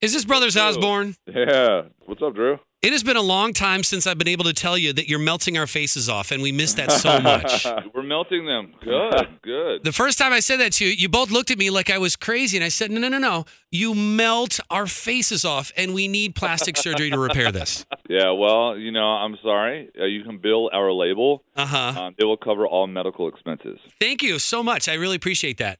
Is this Brothers Osborne? Yeah. What's up, Drew? It has been a long time since I've been able to tell you that you're melting our faces off, and we miss that so much. We're melting them. Good, good. The first time I said that to you, you both looked at me like I was crazy, and I said, No, no, no, no. You melt our faces off, and we need plastic surgery to repair this. Yeah, well, you know, I'm sorry. Uh, you can bill our label. Uh huh. Um, it will cover all medical expenses. Thank you so much. I really appreciate that.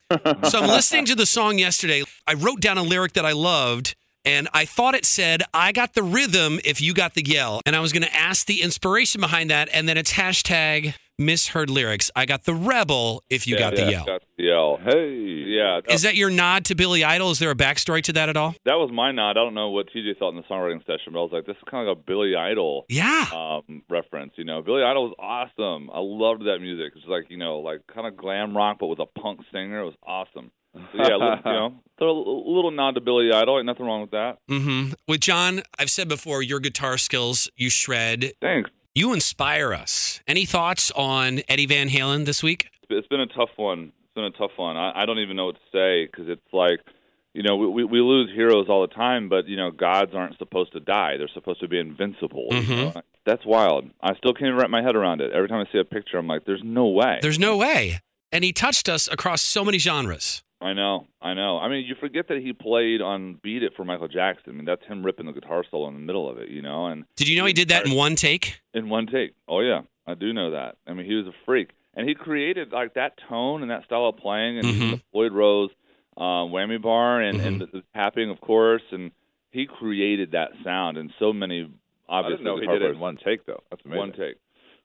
So I'm listening to the song yesterday. I wrote down a lyric that I loved. And I thought it said, I got the rhythm if you got the yell. And I was going to ask the inspiration behind that. And then it's hashtag misheard lyrics. I got the rebel if you yeah, got yeah, the yell. Got the yell. Hey, yeah. That, Is that your nod to Billy Idol? Is there a backstory to that at all? that was my nod. I don't know what TJ thought in the songwriting session, but I was like, this is kind of like a Billy Idol Yeah. um, reference. You know, Billy Idol was awesome. I loved that music. It's like you know, like kind of glam rock, but with a punk singer. It was awesome. So, yeah, li- you know, throw a l- little nod to Billy Idol. Ain't nothing wrong with that. Mm-hmm. With John, I've said before, your guitar skills, you shred, Thanks. you inspire us. Any thoughts on Eddie Van Halen this week? it's been a tough one. It's been a tough one. I, I don't even know what to say because it's like, you know, we, we we lose heroes all the time, but you know, gods aren't supposed to die. They're supposed to be invincible. you Mhm. know? That's wild. I still can't wrap my head around it. Every time I see a picture, I'm like, there's no way. There's no way. And he touched us across so many genres. I know, I know. I mean, you forget that he played on "Beat It" for Michael Jackson. I mean, that's him ripping the guitar solo in the middle of it, you know, and Did you know he did that in one take? in one take. Oh yeah, I do know that. I mean, he was a freak, and he created like that tone and that style of playing, and Mhm. the Floyd Rose uh, whammy bar, and and the, the tapping, of course, and he created that sound. And so many I obviously didn't know he guitar did it in players- one take though. That's amazing. one take.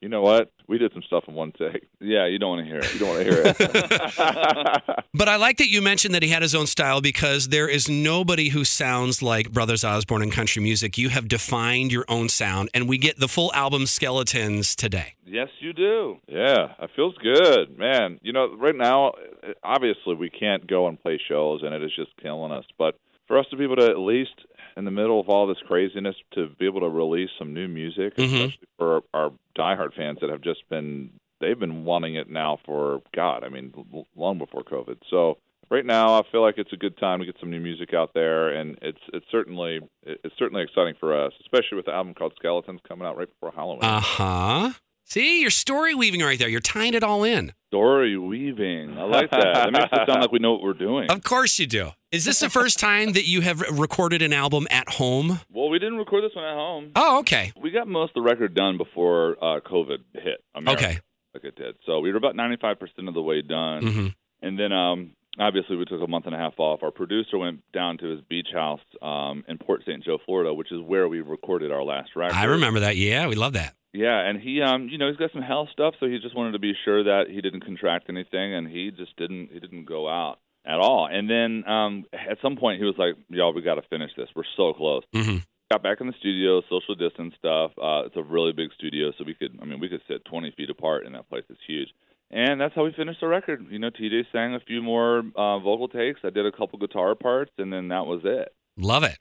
You know what? We did some stuff in one take. Yeah, you don't want to hear it. You don't want to hear it. But I like that you mentioned that he had his own style because there is nobody who sounds like Brothers Osborne in country music. You have defined your own sound, and we get the full album skeletons today. yes, you do. yeah, it feels good, man. You know, right now, eh, obviously we can't go and play shows, and it is just killing us. But for us to be able to at least, in the middle of all this craziness, to be able to release some new music, Mhm. Mm-hmm. especially for our diehard fans that have just been, they've been wanting it now for God, I mean, l- long before COVID. So. Right now, I feel like it's a good time to get some new music out there, and it's it's certainly it's certainly exciting for us, especially with the album called Skeletons coming out right before Halloween. Uh huh. See, you're story weaving right there. You're tying it all in. Story weaving. I like that. That makes it sound like we know what we're doing. Of course you do. Is this the first time that you have recorded an album at home? Well, we didn't record this one at home. Oh, okay. We got most of the record done before uh, COVID hit. America, Okay. Like it did. So we were about 95% of the way done. hmm And then um, obviously we took a month and a half off. Our producer went down to his beach house um, in Port St. Joe, Florida, which is where we recorded our last record. I remember that. Yeah, we love that. Yeah, and he, um, you know, he's got some health stuff, so he just wanted to be sure that he didn't contract anything, and he just didn't. He didn't go out at all. And then um, at some point he was like, "Y'all, we got to finish this. We're so close." hmm Got back in the studio, social distance stuff. Uh, it's a really big studio, so we could, I mean, we could sit 20 feet apart, and that place is huge. And that's how we finished the record. You know, TJ sang a few more uh, vocal takes. I did a couple guitar parts, and then that was it. Love it.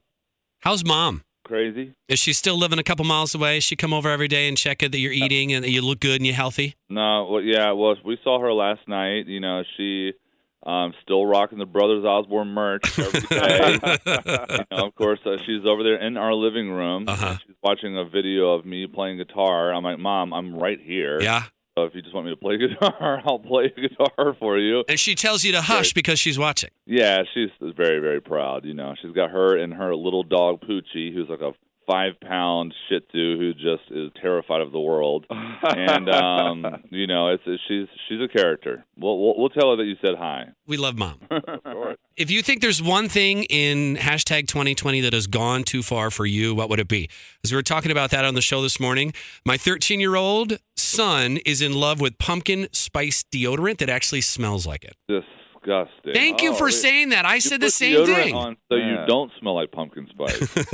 How's mom? Crazy? Is she still living a couple miles away? Does she come over every day and check it that you're eating and that you look good and you're healthy? No, well, yeah, well, we saw her last night. You know, she um, still rocking the Brothers Osborne merch every day. you know, of course, uh, she's over there in our living room. Uh-huh. She's watching a video of me playing guitar. I'm like, Mom, I'm right here. yeah. So Uh, if you just want me to play guitar, I'll play guitar for you. And she tells you to hush because she's watching. Yeah, she's very, very proud. You know, she's got her and her little dog Poochie, who's like a five pound Shih Tzu who just is terrified of the world. And um, you know, it's, it's she's she's a character. We'll, we'll we'll tell her that you said hi. We love mom. if you think there's one thing in hashtag 2020 that has gone too far for you, what would it be? As we were talking about that on the show this morning, my 13 year old son is in love with pumpkin spice deodorant that actually smells like it. Disgusting. Thank you Oh, for wait. saying that. I You said put the same deodorant thing. on so you don't smell like pumpkin spice.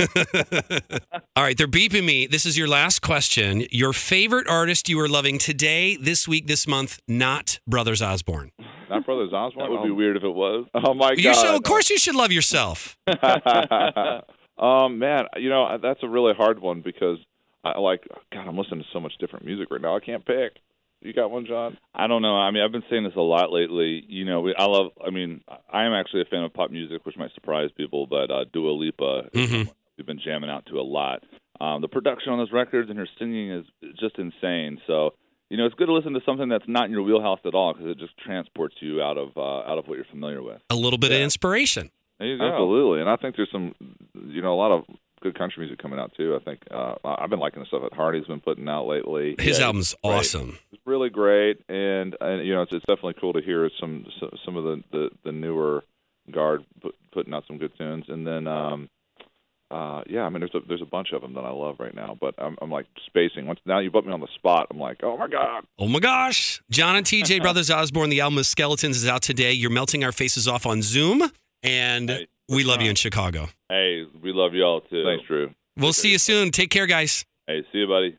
All right, they're beeping me. This is your last question. Your favorite artist you are loving today, this week, this month, not Brothers Osborne. Not Brothers Osborne. that would be Oh, weird if it was. Oh my god. You so of course you should love yourself. um, man, you know that's a really hard one because I like God. I'm listening to so much different music right now. I can't pick. You got one, John? I don't know. I mean, I've been saying this a lot lately. You know, we, I love. I mean, I am actually a fan of pop music, which might surprise people, but uh, Dua Lipa, is Mhm. someone we've been jamming out to a lot. Um, the production on those records and her singing is just insane. So, you know, it's good to listen to something that's not in your wheelhouse at all because it just transports you out of uh, out of what you're familiar with. A little bit of inspiration. There you go. Absolutely. And I think there's some, you know, a lot of good country music coming out too. I think uh, I- I've been liking the stuff that Hardy's been putting out lately. His Yeah, album's great. awesome. It's really great, and, and you know, it's, it's definitely cool to hear some so- some of the the, the newer guard put, putting out some good tunes, and then. um uh yeah, I mean there's a there's a bunch of them that I love right now, but I'm I'm like spacing. Once now you put me on the spot, I'm like, "Oh my god." Oh my gosh. John and TJ Brothers Osborne, the album of Skeletons is out today. You're melting our faces off on Zoom. And Hey, we love you in Chicago. Hey, we love y'all too. Thanks, Drew. We'll see you soon. Take care, guys. Hey, see you, buddy.